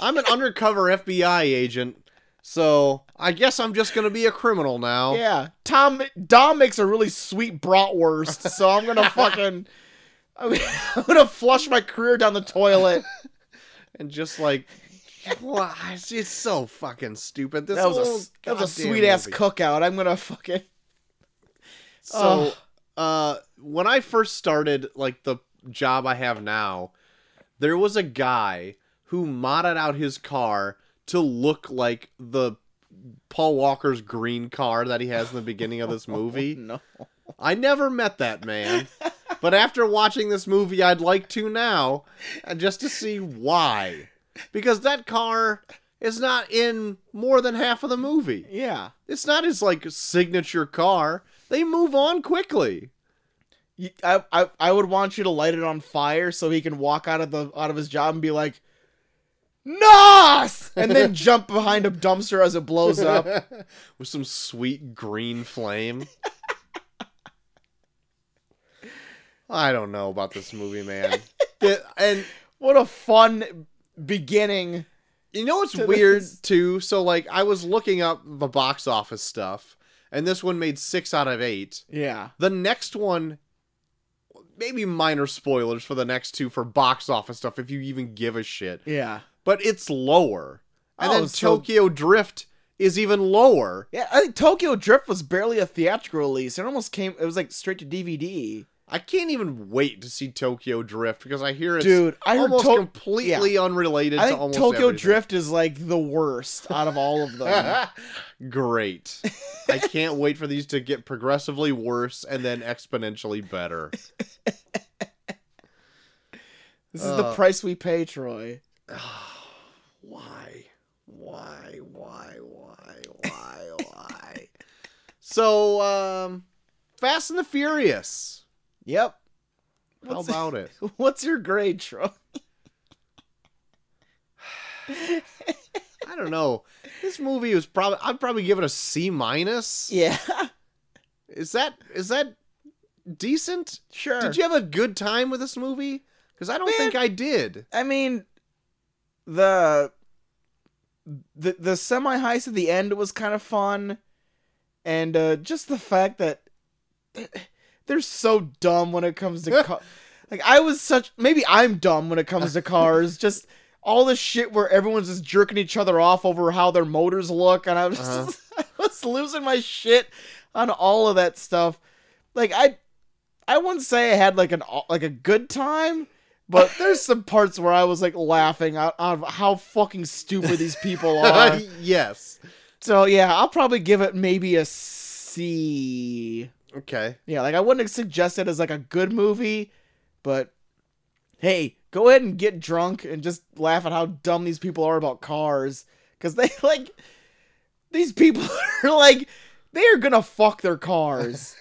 Speaker 6: I'm an undercover FBI agent, so I guess I'm just gonna be a criminal now.
Speaker 5: Yeah, Tom Dom makes a really sweet bratwurst, so I'm gonna fucking, I'm gonna flush my career down the toilet.
Speaker 6: And just like Why- it's so fucking stupid. This
Speaker 5: Oh, that was
Speaker 6: whole
Speaker 5: a that was a
Speaker 6: goddamn
Speaker 5: sweet ass
Speaker 6: movie.
Speaker 5: cookout. I'm gonna fucking oh,
Speaker 6: So, uh, when I first started like the job I have now, there was a guy who modded out his car to look like the Paul Walker's green car that he has in the beginning of this movie.
Speaker 5: no.
Speaker 6: I never met that man, but after watching this movie, I'd like to now, uh, just to see why, because that car is not in more than half of the movie.
Speaker 5: Yeah,
Speaker 6: It's not his like signature car. They move on quickly.
Speaker 5: You- I, I I would want you to light it on fire so he can walk out of the out of his job and be like, "Nos!" and then jump behind a dumpster as it blows up.
Speaker 6: with some sweet green flame. I don't know about this movie, man. Th- and
Speaker 5: What a fun beginning.
Speaker 6: you know what's
Speaker 5: To
Speaker 6: weird
Speaker 5: this.
Speaker 6: too? So like I was looking up the box office stuff, and this one made six out of eight.
Speaker 5: Yeah.
Speaker 6: The next one maybe minor spoilers for the next two for box office stuff if you even give a shit.
Speaker 5: Yeah.
Speaker 6: but it's lower. And
Speaker 5: Oh,
Speaker 6: then
Speaker 5: so-
Speaker 6: Tokyo Drift is even lower.
Speaker 5: Yeah, I think Tokyo Drift was barely a theatrical release. It almost came. It was like straight to DVD.
Speaker 6: I can't even wait to see Tokyo Drift because I hear it's
Speaker 5: Dude, I heard
Speaker 6: almost
Speaker 5: To-
Speaker 6: completely unrelated
Speaker 5: I
Speaker 6: to
Speaker 5: think
Speaker 6: almost
Speaker 5: Tokyo
Speaker 6: everything.
Speaker 5: Drift is like the worst out of all of them.
Speaker 6: Great. I can't wait for these to get progressively worse and then exponentially better.
Speaker 5: this is the
Speaker 6: Uh.
Speaker 5: price we pay, Troy.
Speaker 6: why? Why? Why? Why? Why? Why? so, um, Fast and the Furious.
Speaker 5: Yep.
Speaker 6: How
Speaker 5: What's-
Speaker 6: about it?
Speaker 5: What's your grade, Troy?
Speaker 6: I don't know. This movie was probably I'd probably give it a C minus.
Speaker 5: Yeah.
Speaker 6: Is that is that decent?
Speaker 5: Sure.
Speaker 6: Did you have a good time with this movie? Because I don't
Speaker 5: Man.
Speaker 6: think I did.
Speaker 5: I mean, the the the semi heist at the end was kind of fun, and uh, just the fact that they're so dumb when it comes to ca- like I was such maybe I'm dumb when it comes to cars. just all the shit where everyone's just jerking each other off over how their motors look, and I was just, I was losing my shit on all of that stuff. Like I I wouldn't say I had like an aw- like a good time, but there's some parts where I was like laughing out, out of how fucking stupid these people are.
Speaker 6: Uh, yes.
Speaker 5: so yeah, I'll probably give it maybe a C.
Speaker 6: Okay.
Speaker 5: Yeah, like I wouldn't suggest it as like a good movie, but hey, go ahead and get drunk and just laugh at how dumb these people are about cars cuz they like these people are like they are going to fuck their cars.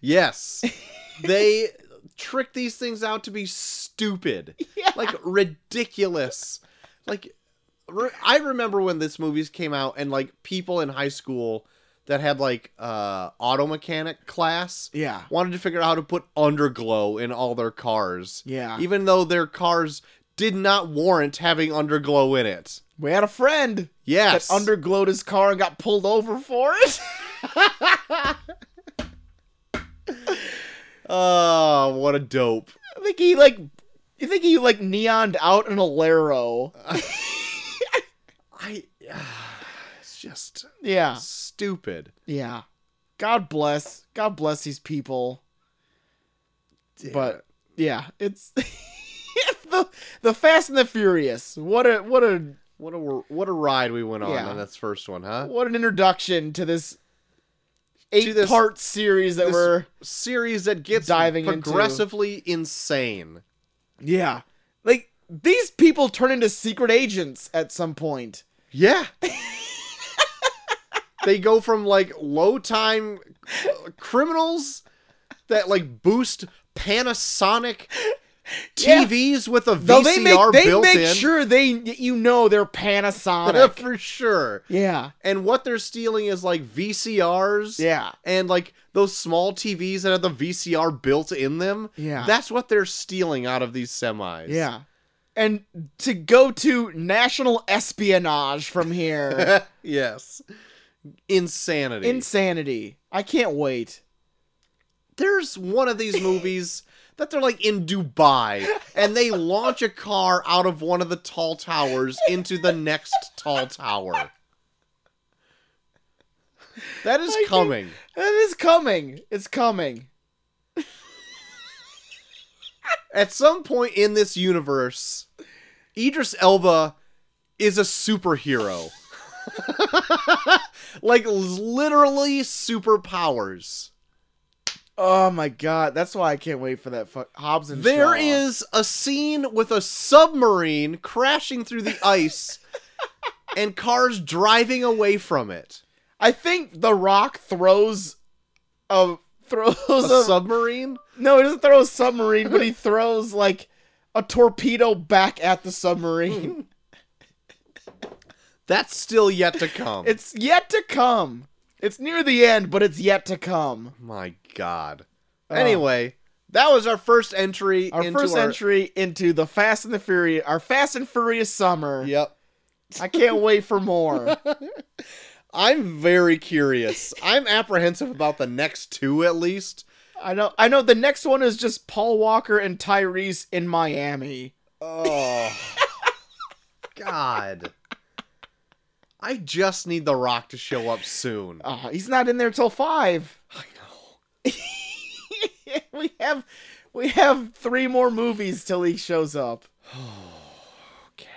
Speaker 6: yes. they trick these things out to be stupid. Like ridiculous. Like re- I remember when this movies came out and like people in high school that had like uh auto mechanic class
Speaker 5: Yeah.
Speaker 6: wanted to figure out how to put underglow in all their cars.
Speaker 5: Yeah.
Speaker 6: Even though their cars did not warrant having underglow in it.
Speaker 5: We had a friend
Speaker 6: Yes.
Speaker 5: that underglowed his car and got pulled over for it.
Speaker 6: Oh, what a dope.
Speaker 5: I think he like you think he like neoned out an Alero.
Speaker 6: I it's just
Speaker 5: Yeah.
Speaker 6: stupid.
Speaker 5: Yeah. God bless. God bless these people. But yeah, it's it's the the Fast and the Furious. What a what a
Speaker 6: what a what a ride we went on
Speaker 5: Yeah.
Speaker 6: on this first one, huh?
Speaker 5: what an introduction to this eight
Speaker 6: this-
Speaker 5: part series that
Speaker 6: this-
Speaker 5: we're
Speaker 6: Series that gets
Speaker 5: Diving into-
Speaker 6: progressively insane.
Speaker 5: yeah like these people turn into secret agents at some point.
Speaker 6: Yeah. they go from like low time criminals that like boost Panasonic
Speaker 5: Yeah.
Speaker 6: TVs with a
Speaker 5: Though
Speaker 6: VCR
Speaker 5: they make they
Speaker 6: built
Speaker 5: make
Speaker 6: in.
Speaker 5: sure they you know they're Panasonic.
Speaker 6: for sure.
Speaker 5: yeah,
Speaker 6: And what they're stealing is like VCRs.
Speaker 5: yeah,
Speaker 6: and like those small TVs that have the VCR built in them.
Speaker 5: Yeah.
Speaker 6: That's what they're stealing out of these semis.
Speaker 5: yeah. And to go to national espionage from here.
Speaker 6: yes. Insanity.
Speaker 5: Insanity. I can't wait.
Speaker 6: There's one of these movies that they're like in Dubai and they launch a car out of one of the tall towers into the next tall tower. That is
Speaker 5: I
Speaker 6: coming.
Speaker 5: It is coming. It's coming.
Speaker 6: At some point in this universe, Idris Elba is a superhero. like literally superpowers.
Speaker 5: Oh my god, that's why I can't wait for that fu- Hobbs and
Speaker 6: There
Speaker 5: Shaw.
Speaker 6: is a scene with a submarine crashing through the ice and cars driving away from it.
Speaker 5: I think The Rock throws a throws
Speaker 6: A
Speaker 5: a,
Speaker 6: submarine?
Speaker 5: no, he doesn't throw a submarine, but he throws like a torpedo back at the
Speaker 6: Hmm.
Speaker 5: submarine.
Speaker 6: That's still yet to come.
Speaker 5: it's yet to come. It's near the end, but it's yet to come.
Speaker 6: my god.
Speaker 5: Oh.
Speaker 6: Anyway, that was our first entry
Speaker 5: Our
Speaker 6: into
Speaker 5: first
Speaker 6: our
Speaker 5: entry into the Fast and the Furious, our Fast and Furious summer.
Speaker 6: Yep.
Speaker 5: I can't wait for more.
Speaker 6: I'm very curious. I'm apprehensive about the next two at least.
Speaker 5: I know. I know. The next one is just Paul Walker and Tyrese in Miami.
Speaker 6: Oh. God. I just need The Rock to show up soon.
Speaker 5: Uh, he's not in there till five.
Speaker 6: I know.
Speaker 5: we have, we have three more movies till he shows up.
Speaker 6: Okay.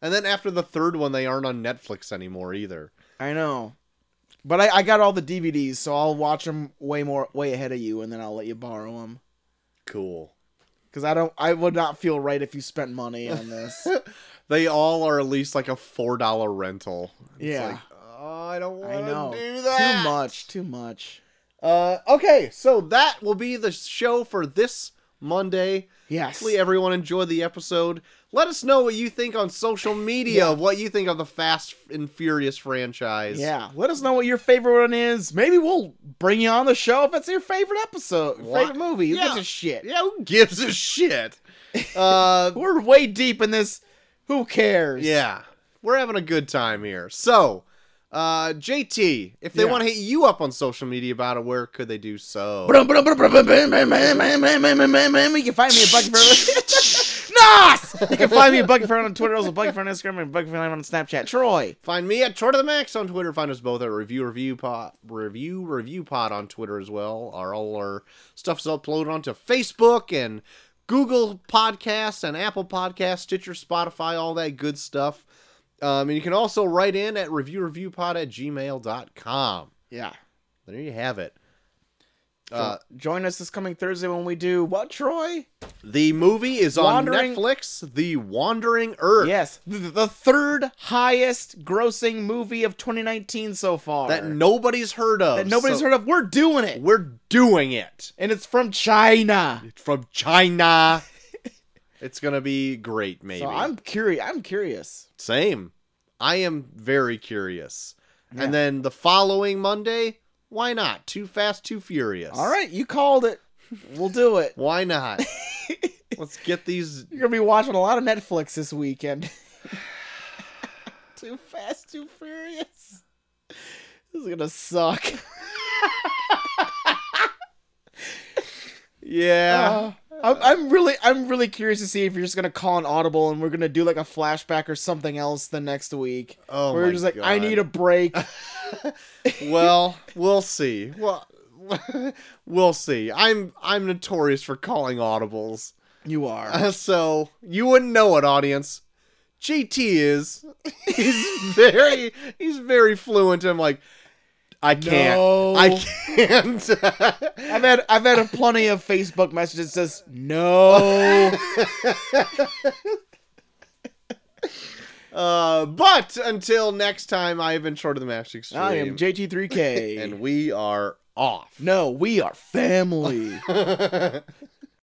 Speaker 6: And then after the third one, they aren't on Netflix anymore either.
Speaker 5: I know, but I, I got all the DVDs, so I'll watch them way more, way ahead of you, and then I'll let you borrow them.
Speaker 6: Cool.
Speaker 5: Cause I don't, I would not feel right if you spent money on this.
Speaker 6: They all are at least like a $4 rental. It's
Speaker 5: Yeah.
Speaker 6: like, oh, I don't
Speaker 5: I know.
Speaker 6: want to do
Speaker 5: Too
Speaker 6: that.
Speaker 5: much. Too much.
Speaker 6: Uh, okay, so that will be the show for this Monday.
Speaker 5: Yes.
Speaker 6: Hopefully, everyone enjoyed the episode. Let us know what you think on social media of what you think of the Fast and Furious franchise.
Speaker 5: Yeah, let us know what your favorite one is. Maybe we'll bring you on the show if it's your favorite episode,
Speaker 6: Why-
Speaker 5: favorite movie. Who
Speaker 6: Yeah.
Speaker 5: gives a shit?
Speaker 6: Yeah, who gives a shit? Uh,
Speaker 5: We're way deep in this. Who cares?
Speaker 6: yeah, we're having a good time here. So, uh, JT, if they
Speaker 5: Yeah.
Speaker 6: want to hit you up on social media about it, where could they do so?
Speaker 5: You can find me at Bucket Fern. Nice! You can find me at Bucket Fern on Twitter, also Bucket Fern on Instagram, and Bucket Fern on Snapchat. Troy.
Speaker 6: Find me at Short of the Max on Twitter. Find us both at Review Review Pod Review Review Pod on Twitter as well. Our all our stuff's uploaded onto Facebook and Google Podcasts and Apple Podcasts, Stitcher, Spotify, all that good stuff. Um, and you can also write in at reviewreviewpod at gmail.com.
Speaker 5: Yeah.
Speaker 6: There you have it. Uh,
Speaker 5: Join us this coming Thursday when we do what, Troy?
Speaker 6: the movie is on
Speaker 5: Wandering-
Speaker 6: Netflix, The Wandering Earth.
Speaker 5: Yes, the, the third highest grossing movie of 2019 so far.
Speaker 6: That nobody's heard of.
Speaker 5: that nobody's heard of. We're doing it.
Speaker 6: We're doing it.
Speaker 5: And it's from China.
Speaker 6: From China. it's going to be great, maybe.
Speaker 5: So I'm curious. I'm curious.
Speaker 6: Same. I am very curious.
Speaker 5: Yeah.
Speaker 6: And then the following Monday, why not? Too fast, too furious.
Speaker 5: All right, you called it. We'll do it.
Speaker 6: Why not? Let's get these.
Speaker 5: You're gonna be watching a lot of Netflix this weekend. too fast, too furious. This is gonna suck.
Speaker 6: Yeah.
Speaker 5: Uh, I'm, I'm really, I'm really curious to see if you're just gonna call an audible and we're gonna do like a flashback or something else the next week.
Speaker 6: oh
Speaker 5: we're
Speaker 6: my
Speaker 5: just like, I
Speaker 6: God.
Speaker 5: need a break.
Speaker 6: well, we'll see. Well, we'll see. I'm I'm notorious for calling audibles,
Speaker 5: you are.
Speaker 6: Uh, so you wouldn't know it, audience. GT is he's very he's very fluent. I'm like, I can't.
Speaker 5: No.
Speaker 6: I can't.
Speaker 5: I've had, I've had a plenty of Facebook messages that says no.
Speaker 6: uh, but until next time, I have been short of the master extreme.
Speaker 5: I am JT3K.
Speaker 6: and we are off.
Speaker 5: no, we are family.